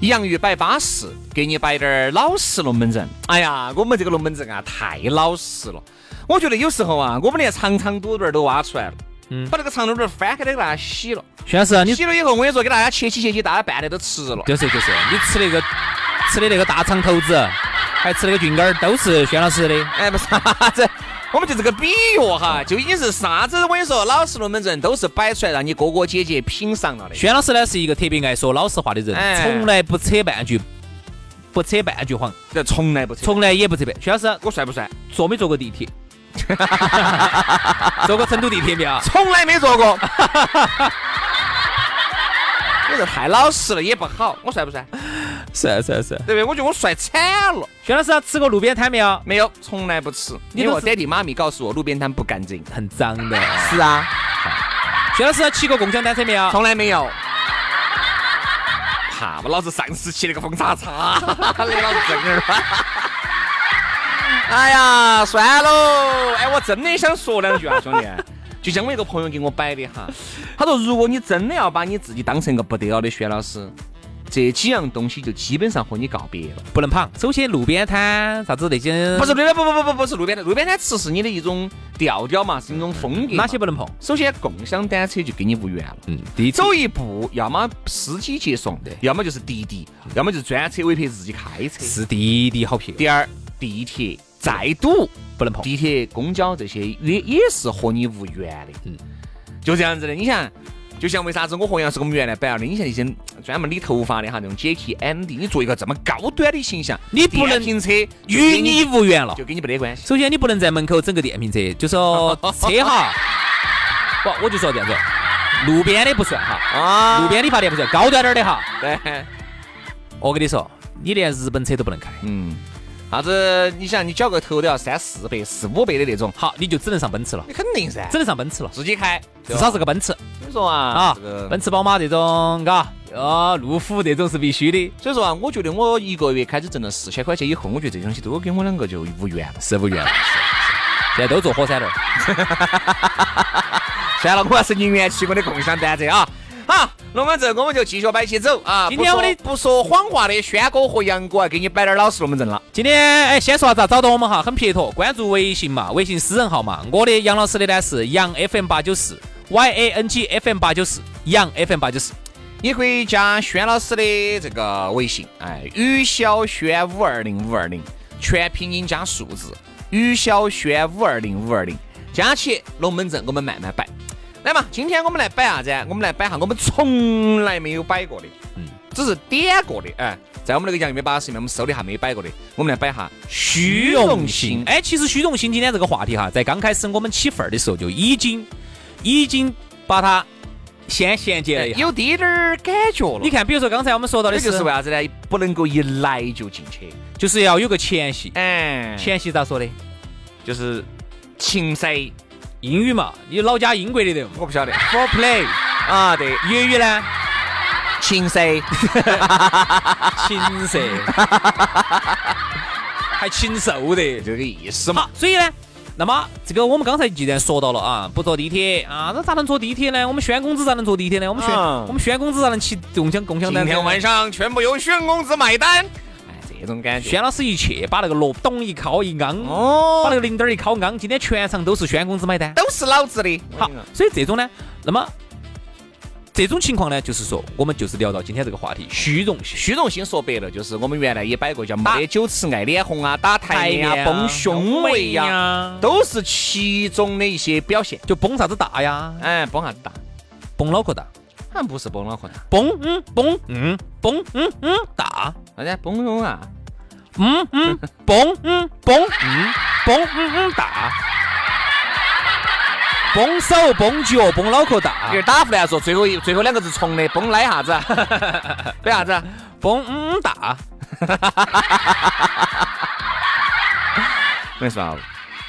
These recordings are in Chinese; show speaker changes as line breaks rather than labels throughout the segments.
洋芋摆巴适，给你摆点儿老实龙门阵。哎呀，我们这个龙门阵啊，太老实了。我觉得有时候啊，我们连长长肚肚儿都挖出来了，嗯，把那个长肚肚儿翻开来给大家洗了，
徐老师，你
洗了以后，我跟你说，给大家切起切起，大家拌的都吃了。
就是就是，你吃那个吃的那个大肠头子，还吃那个菌干儿，都是轩老师的。
哎，不是啥子，我们就这个比喻哈，就已经是啥子？我跟你说，老实龙门阵都是摆出来让你哥哥姐姐品尝了的。
轩老师呢是一个特别爱说老实话的人，
哎
从来不扯半句，不扯半句谎，
这从来不扯。
从来也不扯半。轩老师
我帅不帅？
坐没坐过地铁？ 坐过成都地铁没有？
从来没坐 过。你这太老实了也不好，我帅不帅？
是啊是啊是啊。
对不对？我觉得我帅惨了。
轩老师吃过路边摊没有？
没有，从来不吃。
你
因为
都
我
是
爹地妈咪告诉我，路边摊不干净。
很脏的。
是啊，
轩老师骑过共享单车没有？
从来没有。怕我老子上次骑那个风叉叉， 那老子正儿八。哎呀，算喽！哎，我真的想说两句啊，兄弟。就像我一个朋友给我摆的哈，他说如果你真的要把你自己当成一个不得了的薛老师，这几样东西就基本上和你告别了。
不能胖。首先路边摊啥子那些，
不是路边，不不不不不是路边摊，路边摊吃是你的一种调调嘛，是一种风格嘛。
哪些不能碰？
首先，共享单车就跟你无缘了。
嗯，第一次
走一步，要么司机接送，要么就是滴滴，要么就是专车委派自己开车。
是滴滴好撇，
第二，地铁再堵，
不能碰。
地铁、公交这些也也是和你无缘的。嗯，就这样子的。你想，就像为啥子我和杨是我们原来摆了的？你像一些专门理头发的哈，那种 Jacky Andy，你做一个这么高端的形象，
你不能
电瓶车就
与
跟
你无缘了。
就跟你没得关系。
首先，你不能在门口整个电瓶车，就说车 哈，不，我就说这样子，路边的不算哈，
啊
路边理发店不算，高端点儿的哈，
对，
我跟你说，你连日本车都不能开，
嗯，啥子？你想，你绞个头都要三四百、四五百的那种，
好，你就只能上奔驰了，
你肯定噻，
只能上奔驰了，
自己开，
至少是个奔驰
所以说啊，
啊
这个，
奔驰、宝马这种，嘎，啊，路虎这种是必须的，
所以说啊，我觉得我一个月开始挣了四千块钱以后，我觉得这些东西都跟我两个就无缘了。
是无缘了，现在都坐火山轮，
算了，我还是宁愿骑我的共享单车啊。好，龙门阵我们就继续摆起走啊。
今天
不说
我的
不说谎话的轩哥和杨哥啊，给你摆点老实龙门阵了。
今天哎，先说啥子啊？找到我们哈，很撇脱，关注微信嘛，微信私人号嘛。我的杨老师的呢是杨 FM 八九四，Y A N G F M 八九四，杨 FM 八九四。
也可以加轩老师的这个微信，哎，于小轩五二零五二零，全拼音加数字，于小轩五二零五二零，加起龙门阵，我们慢慢摆。来嘛，今天我们来摆啥子啊？我们来摆下我们从来没有摆过的，嗯，只是点过的，哎，在我们那个洋芋巴士里面，我们搜了一下没摆过的，我们来摆下虚荣心。哎，
哎，其实虚荣心今天这个话题哈，在刚开始我们起份儿的时候就已经已经把它先衔接了一下。
有滴点儿感觉了。
你看，比如说刚才我们说到的
哎这
是，
就是为啥子呢？不能够一来就进去，
就是要有个前戏。
哎，
前戏咋说的？
就是情塞，
英语嘛，你老家英国的 人。
我不晓得。
For play，
啊，对，
粤语呢？
情噻，
禽兽，还禽兽 的。
就这个意思嘛。
好，所以呢，那么这个我们刚才既然说到了啊，不坐地铁啊，那咋能坐地铁呢？我们轩公子咋能坐地铁呢？我们轩、
嗯
我们轩公子咋能骑共享共享
今
单车呢？
天晚上全部由轩公子买单，哎，这种感觉。
轩老师一去，把那个萝卜咚一敲一昂，把那
哦，
个零点儿一敲昂，今天全场都是轩公子买单。
哎都是老子的。
好，所以这种呢，那么这种情况呢，就是说我们就是聊到今天这个话题，虚荣心。
虚荣心说白了就是我们原来也摆过叫没得酒吃爱脸红啊、打台面
面
啊、
啊
崩胸围
胸围
呀
呀，
都是其中的一些表现。
就崩啥子大呀？
哎，崩啥子大？
崩脑壳大，
好像不是崩脑壳大，
崩嗯崩嗯崩嗯嗯大，
啥子崩胸啊？
嗯嗯崩嗯崩嗯崩嗯嗯 大，崩手崩脚崩脑壳大
给，打胡乱说，最后一最后两个字重的，崩来啥子？ 对啥子？啊
崩嗯嗯 大，
我跟你说啊，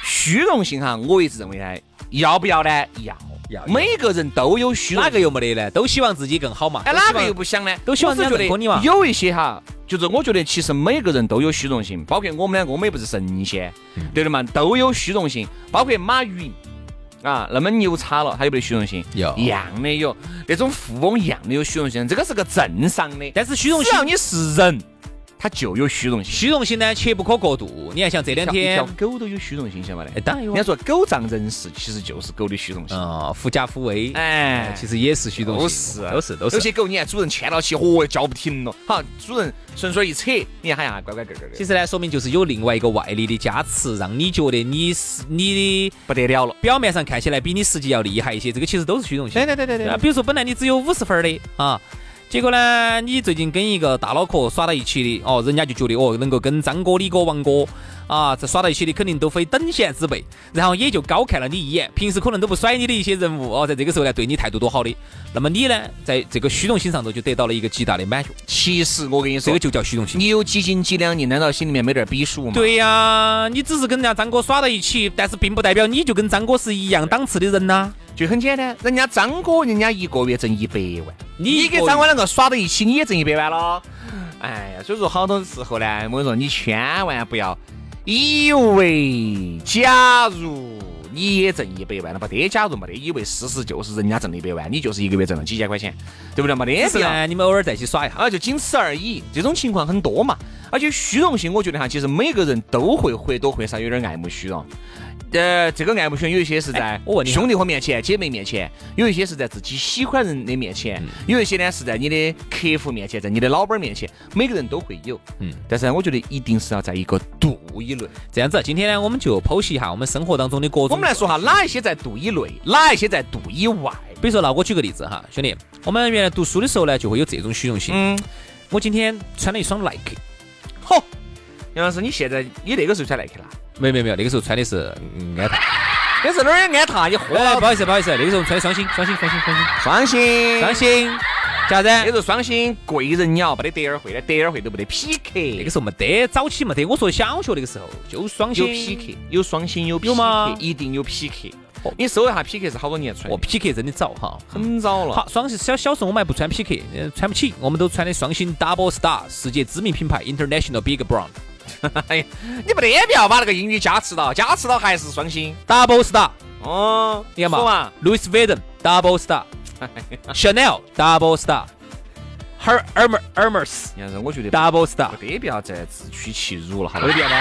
虚荣心哈，我一直认为呢，要不要呢？要，
要
每个人都有虚荣
哪
心。
个又没得呢？都希望自己更好嘛。
哎，
都希
哪
望
个又不想呢？
都希望
我是
人家
觉得
认可你嘛
有一些哈，就是我觉得其实每个人都有虚荣心，包括我们两个，我们也不是神仙，
嗯
对的嘛，都有虚荣心。包括马云啊，那么牛叉了，他有没得虚荣心？
有
一样的有。那种富翁一样的有虚荣心，这个是个正常的。
但是啊虚荣
只
心
要你是人，他就有虚荣心。
虚荣心呢，切不可过度。你看，像这两
一
天
条，狗都有虚荣心，晓得吧
哎，？当然有
人
啊
家。说狗仗人势，其实就是狗的虚荣心。
嗯，狐假虎威，
哎，
其实也是虚荣
都
心
是，啊
都是，啊都
有
是。
些狗你看主人牵到起，嚯，叫不停了。好，主人顺水一扯，你看哎呀，乖乖个个
其
的，
实呢，说明就是有另外一个外力的加持，让你觉得你是你的
不得了了。
表面上看起来比你实际要厉害一些，这个其实都是虚荣心。
对对对
啊，比如说本来你只有五十分儿的啊，结果呢，你最近跟一个大脑壳耍到一起的，哦，人家就觉得哦，能够跟张哥、李哥、王哥啊，这耍到一起的肯定都非等闲之辈，然后也就高看了你一眼，平时可能都不甩你的一些人物哦，在这个时候呢，对你态度多好的，那么你呢，在这个虚荣心上头就得到了一个极大的满足，
其实我跟你
这
说
个，就叫虚荣心。
你有几斤几两，你难道心里面没点逼数吗？，
对呀、你只是跟人家张哥耍到一起，但是并不代表你就跟张哥是一样档次的人呐、
就很简单，人家张哥人家一个月挣一百万，
你
你
一个
跟张哥两个耍到一起，你也挣一百万了。哎呀，所以说好多时候呢，我跟你说，你千万不要以为，假如你也挣一百万了，没得假如没得，以为事实就是人家挣了一百万，你就是一个月挣了几千块钱，对哎不对？没得
是
必要。
呢，你们偶尔在一起耍一下。
啊，就仅此而已。这种情况很多嘛，而且虚荣心，我觉得哈，其实每个人都会或多或少有点爱慕虚荣。呃，这个爱慕虚荣有一些是在
哎我问你哈
兄弟伙面前、姐妹面前，有一些是在自己喜欢人的面前，
嗯
有一些呢是在你的客户面前，在你的老板面前，每个人都会有。
嗯，
但是呢，我觉得一定是要在一个度以内。
这样子，今天呢，我们就剖析一下我们生活当中的各种。
我们来说哈，哪一些在度以内，哪一些在度以外？
比如说，那我举个例子哈，兄弟，我们原来读书的时候呢，就会有这种虚荣心。
嗯，
我今天穿了一双 Nike，
好，杨老师，你现在你那个时候才来去啦？
没有没有没有，那个时候穿的是嗯
啊
安踏。
那是哪儿安踏？你喝
哎，
了
不好意思不好意思，那个时候穿的双星，双星双星双星
伤心，
双星，啥子？
也是双星贵人鸟，没得德尔惠的，德尔惠都没得匹克，
那个时候没得，早期没得。我说小学那个时候就双
有
星
匹克，有双星，有匹
有吗
克，一定有匹克
哦。
你搜一下匹克是好多年穿
哦
的，
，PK 真的早哈。
很早了。
好，双星小小时候我们还不穿 PK，呃穿不起，我们都穿的双星 Double Star，世界知名品牌 International Big Brown
哎呀，你没得必要把那个英语加持到，加持到还是双星。
Double Star。
哦，
你看
说
嘛
嘛，
，Louis Vuitton Double Star，Chanel Double Star，Her Hermes Hermes
杨生，我觉得
Double Star，
没得必要再自取其辱了，好没得必要吗？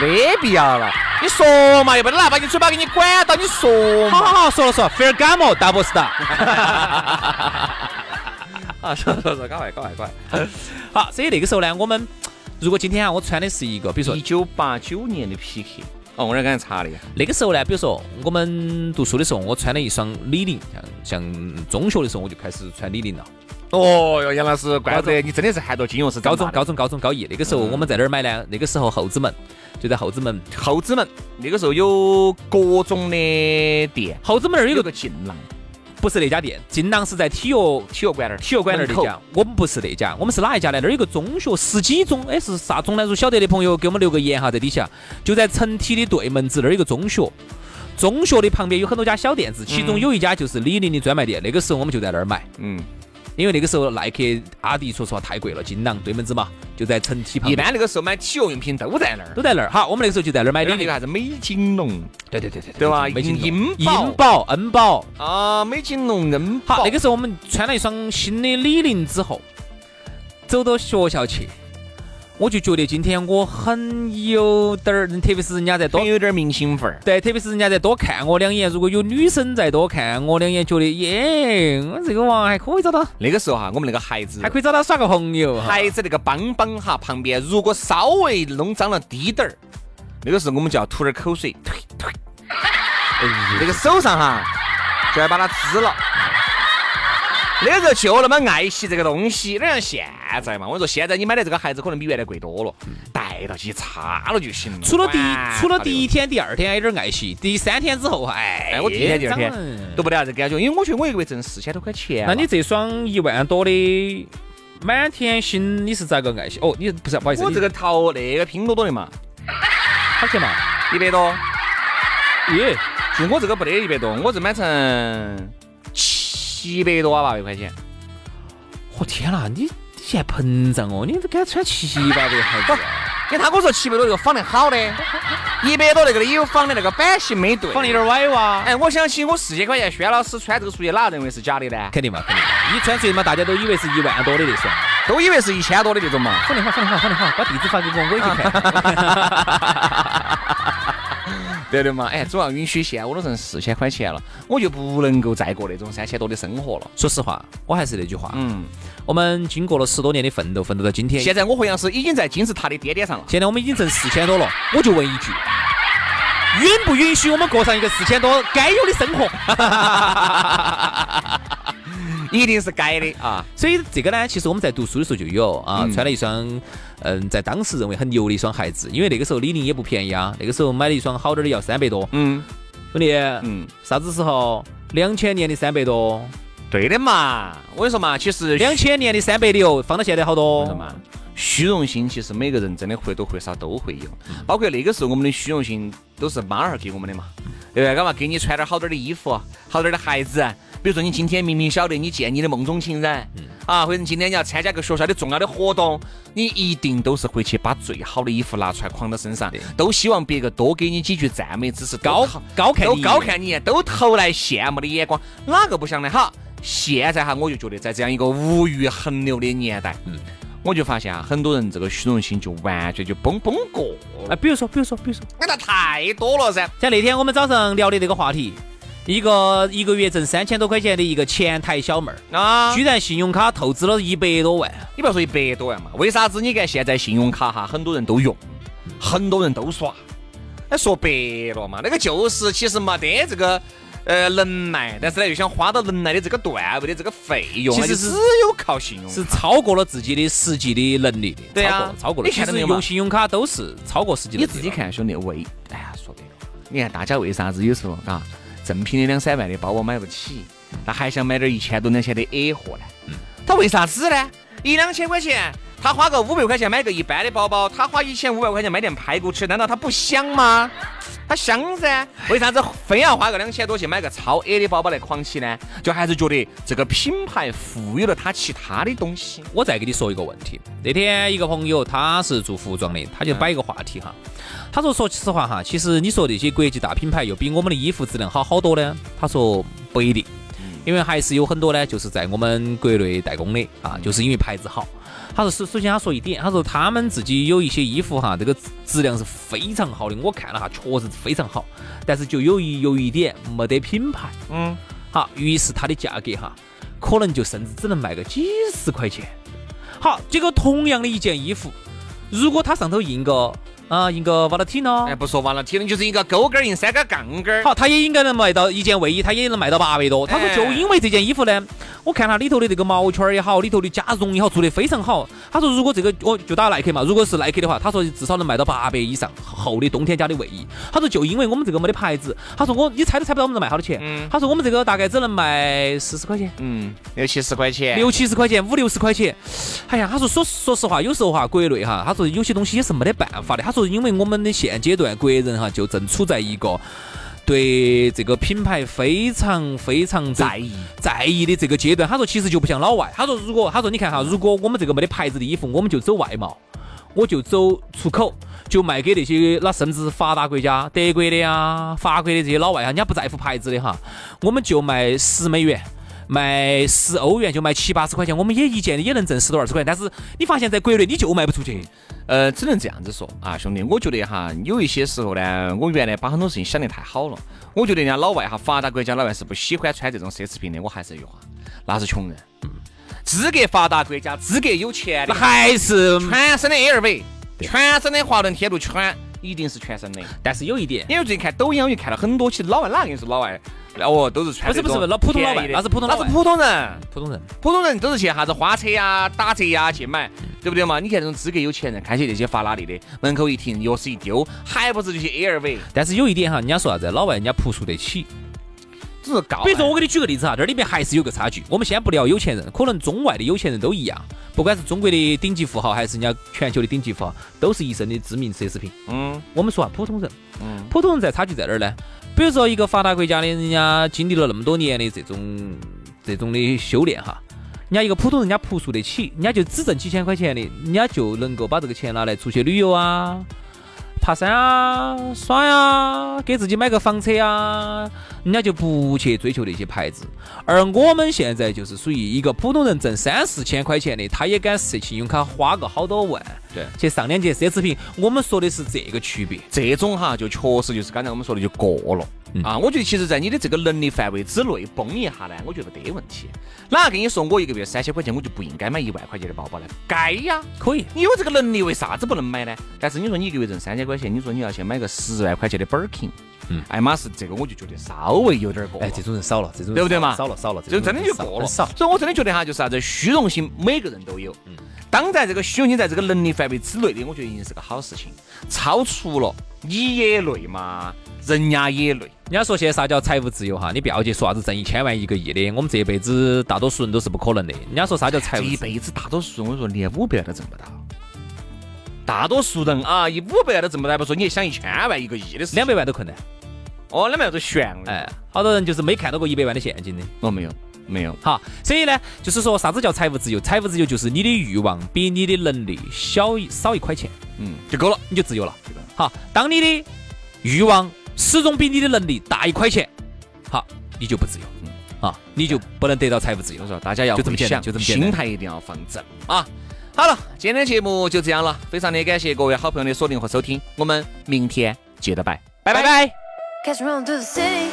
没得必要了，你说嘛，又不得拿把你嘴巴给你管到，你说
好
嘛。
好好，说了说，Ferragamo Double Star，
啊，说说说，赶快赶快赶
好，所以那个时候呢，我们如果今天啊，我穿的是一个，比如
快！
说
一九八九年的匹克，哦，我那刚才查了一下。
那个时候呢，比如说我们读书的时候，我穿了一双李宁，像像中学的时候我就开始穿李宁了，
哦哟，杨老师，怪
高
不得你真的是含着金钥匙
高
长
中
大的。
高中高中高一那个时候我们在哪儿买呢？那个时候后子门就在后子门，
后子门那个时候有各种的店，
后子门那儿有
有
个
个锦囊
不是那家店，金朗是在体育
体育馆那儿，
体育馆那儿那
门口
家，我们不是那家，我们是哪一家呢？那儿有个中学十几中，哎是啥中呢？如果晓得的朋友给我们留个言哈，在底下，就在成体的对门子那儿有个中学。中学的旁边有很多家小店子，其中有一家就是李宁的专卖店。那个时候我们就在那儿买，
嗯，
因为那个时候耐克、阿迪说实话太贵了，金朗对门子嘛，就在成体旁
一
边，
般那个时候买体育用品都在那儿
都。在那儿。好，我们那个时候就在那儿买
那
李
哎个那
宁
个，啥子美景龙
对对对对，
对吧啊
美金
银银宝
银宝、恩宝。
啊，美景龙恩
好，
宝
那个时候我们穿了一双新的李宁之后，走到学校去，
我就觉得今天我很有点儿，特别是人家 在多
很有点明星范儿。
对，特别是人家再多看我两眼，如果有女生再多看我两眼，觉得耶，我这个娃还可以找到，
那个时候哈，我们那个孩子
还可以找到耍个朋友啊哈。
孩子那个邦邦哈旁边，如果稍微弄脏了滴点儿，那个时候我们就要吐点口水，推推，
哎
那个手上哈就要把它支了。那个时候就那么爱惜这个东西，哪像现在嘛？我说现在你买的这个鞋子可能比原来贵多了，带到起擦了就行了。
除嗯了第一
管
除了
它
第一
的，
天、第二天还有点爱惜，第三天之后哈，哎，
哎，我第一天、第二天
长了
都不得啥子感觉，因为我觉得我一个月挣四千多块钱了。
那你这双一万多的满天星，你是咋个爱惜？哦，你不是不好意思，
我
你
这个淘那个拼多多的嘛，
好钱嘛？
一百多。
耶，
就我这个不得一百多，我这买成七百多吧，一块钱。
我哦天啦，你你现在膨胀哦，你都该穿七八百还是？
因为他跟我说七百多这个仿的好的， 一百多那个的有仿的那个版型没对。
放的有点歪哇。
哎，我想起我四千块钱，轩老师穿这个出去，哪认为是假的呢？
肯定嘛，肯定嘛！你穿出去嘛，大家都以为是一万多的那双。
都以为是一千多的那种嘛。
好的好，好的好，好的好，把地址发给我，我也去看。
对的嘛，哎，主要允许现在我都挣四千块钱了，我就不能够再过那种三千多的生活了。
说实话，我还是那句话，
嗯，
我们经过了十多年的奋斗，奋斗到今天。
现在我好像是已经在金字塔的边边上了。
现在我们已经挣四千多了，我就问一句，允不允许我们过上一个四千多该有的生 活？
一定是该的啊！
所以这个呢，其实我们在读书的时候就有啊，穿了一双，嗯，在当时认为很牛的一双鞋子，因为那个时候李宁也不便宜啊，那个时候买了一双好点儿的要三百多，
嗯
兄弟，
嗯，
啥子时候？两千年的三百多，
对的嘛。我跟你说嘛，其实
两千年的三百六，放到现在好
我
多
说。嘛，虚荣心其实每个人真的或多或少都会有，包括那个时候我们的虚荣心都是妈儿给我们的嘛，对不对？干嘛给你穿点好点的衣服，啊好点的鞋子？啊比如说你今天明明晓得你见你的梦中情人，啊，或者你今天你要参加个学校的重要的活动，你一定都是回去把最好的衣服拿出来框到身上，都希望别个多给你几句赞美之词，
高
都
高看
都
你
高看你，都投来羡慕的眼光，哪个不想呢？哈，现在哈，我就觉得在这样一个物欲横流的年代，嗯，我就发现啊，很多人这个虚荣心就完全就崩崩过
啊，
了，
比如说，比如说，比如说，
那太多了噻。
像那天我们早上聊的这个话题，一个一个月挣三千多块钱的一个前台小妹儿，
啊，
居然信用卡透支了一百多万。
你不要说一百多万嘛，为啥子？你看现在信用卡哈，很多人都用，很多人都耍。哎，说白了嘛，那个就是其实没得这个呃能耐，但是呢又想花到能耐的这个段位的这个费用，
其
那
实
就是只有靠信用卡。
是超过了自己的实际的能力的，
对啊
超过了，超过了。
你
其
看到
实
没有嘛
用信用卡都是超过实际能
你
力
自己看，兄弟，为哎呀，说白了，你看大家为啥子有时候啊，正品的两三万的包包买不起，那还想买点一千多两千的 A 货呢？他为啥子呢？一两千块钱，他花个五百块钱买个一般的包包，他花一千五百块钱买点排骨吃，难道他不香吗？他香噻，为啥子非要花个两千多去买个超 A 的包包来狂起呢？就还是觉得这个品牌赋予了他其他的东西。
我再给你说一个问题。那天一个朋友他是做服装的，他
嗯
就摆一个话题哈，他说说实话哈，其实你说那些国际大品牌又比我们的衣服质量好好多呢？他说不一定，因为还是有很多呢，就是在我们国内代工的啊，就是因为牌子好。他说首首先他说一点，他说他们自己有一些衣服哈，这个质质量是非常好的，我看了哈，确实是非常好，但是就有一有一点没得品牌，
嗯，
好，于是它的价格哈，可能就甚至只能卖个几十块钱。好，结果同样的一件衣服，如果它上头印个啊印个 Valentino，、
哎，不说完了，提的就是一个勾勾儿印三个杠杠儿。
好，它也应该能卖到一件卫衣，它也能卖到八百多。他说
哎
就因为这件衣服呢，我看它里头的这个毛圈儿也好，里头的加绒也好，做得非常好。他说如果这个哦我就打耐克嘛，如果是耐克的话，他说至少能卖到八百以上厚的冬天加的卫衣。他说就因为我们这个没得牌子，他说我你猜都猜不到我们能卖好多钱。
嗯
他说我们这个大概只能卖四十块钱。
嗯，六七十块钱，
六七十块钱，五六十块钱。哎呀，他说说说实话，有时候哈，国内哈，他说有些东西也是没得办法的。他说，因为我们的现阶段国人哈，就正处在一个对这个品牌非常非常在
在意。
在意的这个阶段。他说，其实就不像老外。他说，如果他说你看哈，如果我们这个没得牌子的衣服，我们就走外贸，我就走出口。就卖给那些那甚至发达国啊家，德国的呀、法国的这些老外哈，人家不在乎牌子的哈，我们就卖十美元，卖十欧元就卖七八十块钱，我们也一件也能挣十多二十块钱。但是你发现在国内你就卖不出去，
呃，只能这样子说啊，兄弟，我觉得哈，有一些时候呢，我原来把很多事情想得太好了。我觉得人家老外哈，发达国家老外是不喜欢穿这种奢侈品的。我还是那句话，那是穷人。资格发达国家，资格有钱
那
的，
还是。
全身的 LV，全身的华润天路，全一定是全身的。
但是有一点，
因为最近看抖音，我就看到很多，其实老外哪个是老外？哦，都是穿
不是
这种
不是不是老普通老外
便宜的
那是普通老外
那是普通人。
普通人
普通人都是去啥子花车呀、打折呀去买，对不对嘛？你看这种资格有钱人，开起那些法拉利的，门口一停，钥匙一丢，还不是就去 LV，
但是有一点哈，人家说啥子，老外人家朴素得起。
只是高。
比如说，我给你举个例子哈，啊这里面还是有个差距。我们先不聊有钱人，可能中外的有钱人都一样，不管是中国的顶级富豪，还是人家全球的顶级富豪，都是一身的知名奢侈品。
嗯
我们说啊，普通人，
嗯，
普通人在差距在哪儿呢？比如说一个发达国家的人家经历了那么多年的这种这种的修炼哈，人家一个普通人家朴素得起，人家就只挣几千块钱的，人家就能够把这个钱拿来出去旅游啊。爬山啊，耍呀、给自己买个房车啊，人家就不去追求那些牌子。而我们现在就是属于一个普通人挣三四千块钱的，他也敢去信用卡花个好多万，
对
去上两节奢侈品。我们说的是这个区别。
这种哈就确实就是刚才我们说的就过了。
嗯
啊，我觉得其实，在你的这个能力范围之内崩一下呢，我觉得没得问题。哪跟你说我一个月三千块钱，我就不应该买一万块钱的包包呢？该呀，
可以，
你有这个能力，为啥子不能买呢？但是你说你一个月挣三千块钱，你说你要去买个十万块钱的 Birkin，
嗯
爱马仕这个我就觉得稍微有点过了。
哎，这种人少了，这种人
对不对
少了
嘛
少了少了，
就
种
真的
人
就
少
过了。
很少。
所以我真的觉得哈，就是啥子虚荣心，每个人都有。
嗯
当然，这个虚荣心在这个能力范围之内的，我觉得已经是个好事情。超出了，你也累嘛，人家也累。
人家说现在啥叫财务自由哈？你不要去说啥子挣一千万一个亿的，我们这辈子大多数人都是不可能的。人家说啥叫财
这
务自
一
由？
辈子大多数人，我说连五百万都挣不到。大多数人啊，一五百万都挣不到，还不说你还想一千万、一个亿的事情
两。百万都困难。
哦，两百万都悬了。
哎，好多人就是没看到过一百万的现金的。
哦，没有，没有。
哈，所以呢，就是说啥子叫财务自由？财务自由就是你的欲望比你的能力小一少一块钱，
嗯，
就够了，你就自由了
是的。
好，当你的欲望始终比你的能力大一块钱，好，你就不自
嗯
由，啊，你就不能得到财务自由
我。说大家要
就这么
会
简
想
单就这么简单
心态一定要放正啊。好了，今天的节目就这样了，非常的感谢各位好朋友的锁定和收听，我们明天接着拜，拜拜。
拜。
Cause we're rolling through the city.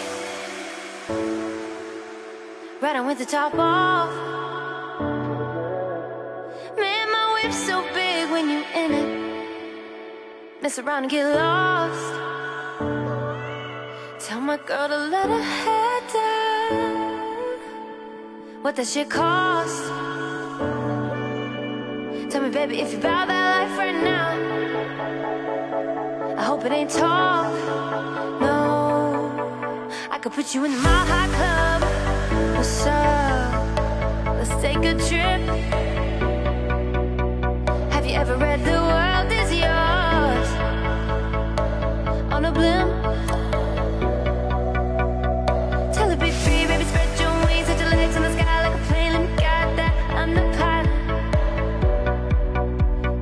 Riding with the top off. Man, my whip's so big when you in it. Mess around and get lost. Tell my girl to let her head down. What that shit cost? Tell me, baby, if you buy that life right now, I hope it ain't talk. No, I could put you in my hot club. What's up? Let's take a trip. Have you ever read The World Is Yours? On a blimp. Tell it, big tree, baby, spread your wings, set your legs in the sky like a plane. Let me guide that. I'm the pilot.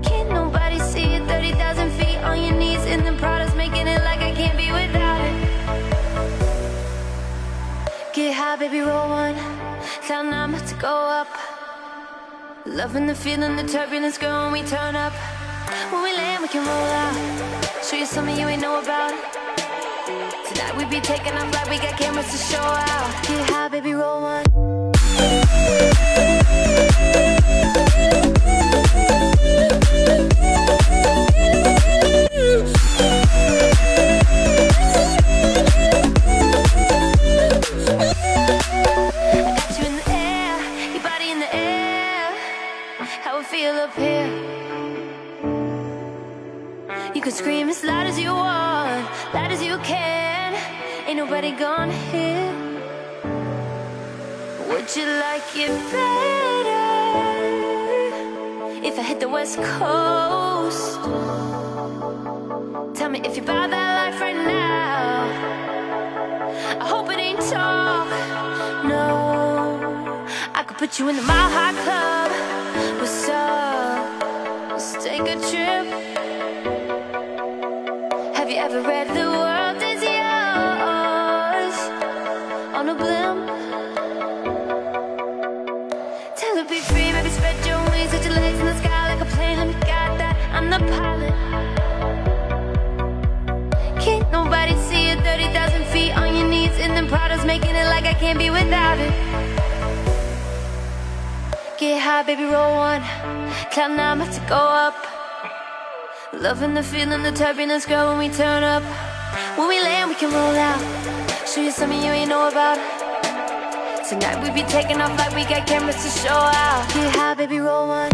Can't nobody see it. 30,000 feet on your knees in the products, making it like I can't be without it. Get high, baby, roll one. Cloud nine, about to go up. Loving the feeling, the turbulence, girl, when we turn up. When we land, we can roll out. Show you something you ain't know about. Tonight we be taking off like we got cameras to show out. Get high, baby, roll one. Got you in the air, your body in the air. How it feel up here. You can scream as loud as you want, loud as you can. Ain't nobody gonna hear. Would you like it better if I hit the west coast? Tell me if you buy that life right now. I hope it ain't talk. No, I could put you in the mile high club. What's up? Let's take a trip. Have you ever read The World Is Yours on a blimp? Can't nobody see you 30,000 feet on your knees in them Prados, making it like I can't be without it. Get high, baby, roll one. Cloud nine, about to go up. Loving the feeling, the turbulence, girl, when we turn up. When we land, we can roll out. Show you something you ain't know about. Tonight we be taking off like we got cameras to show out. Get high, baby, roll one.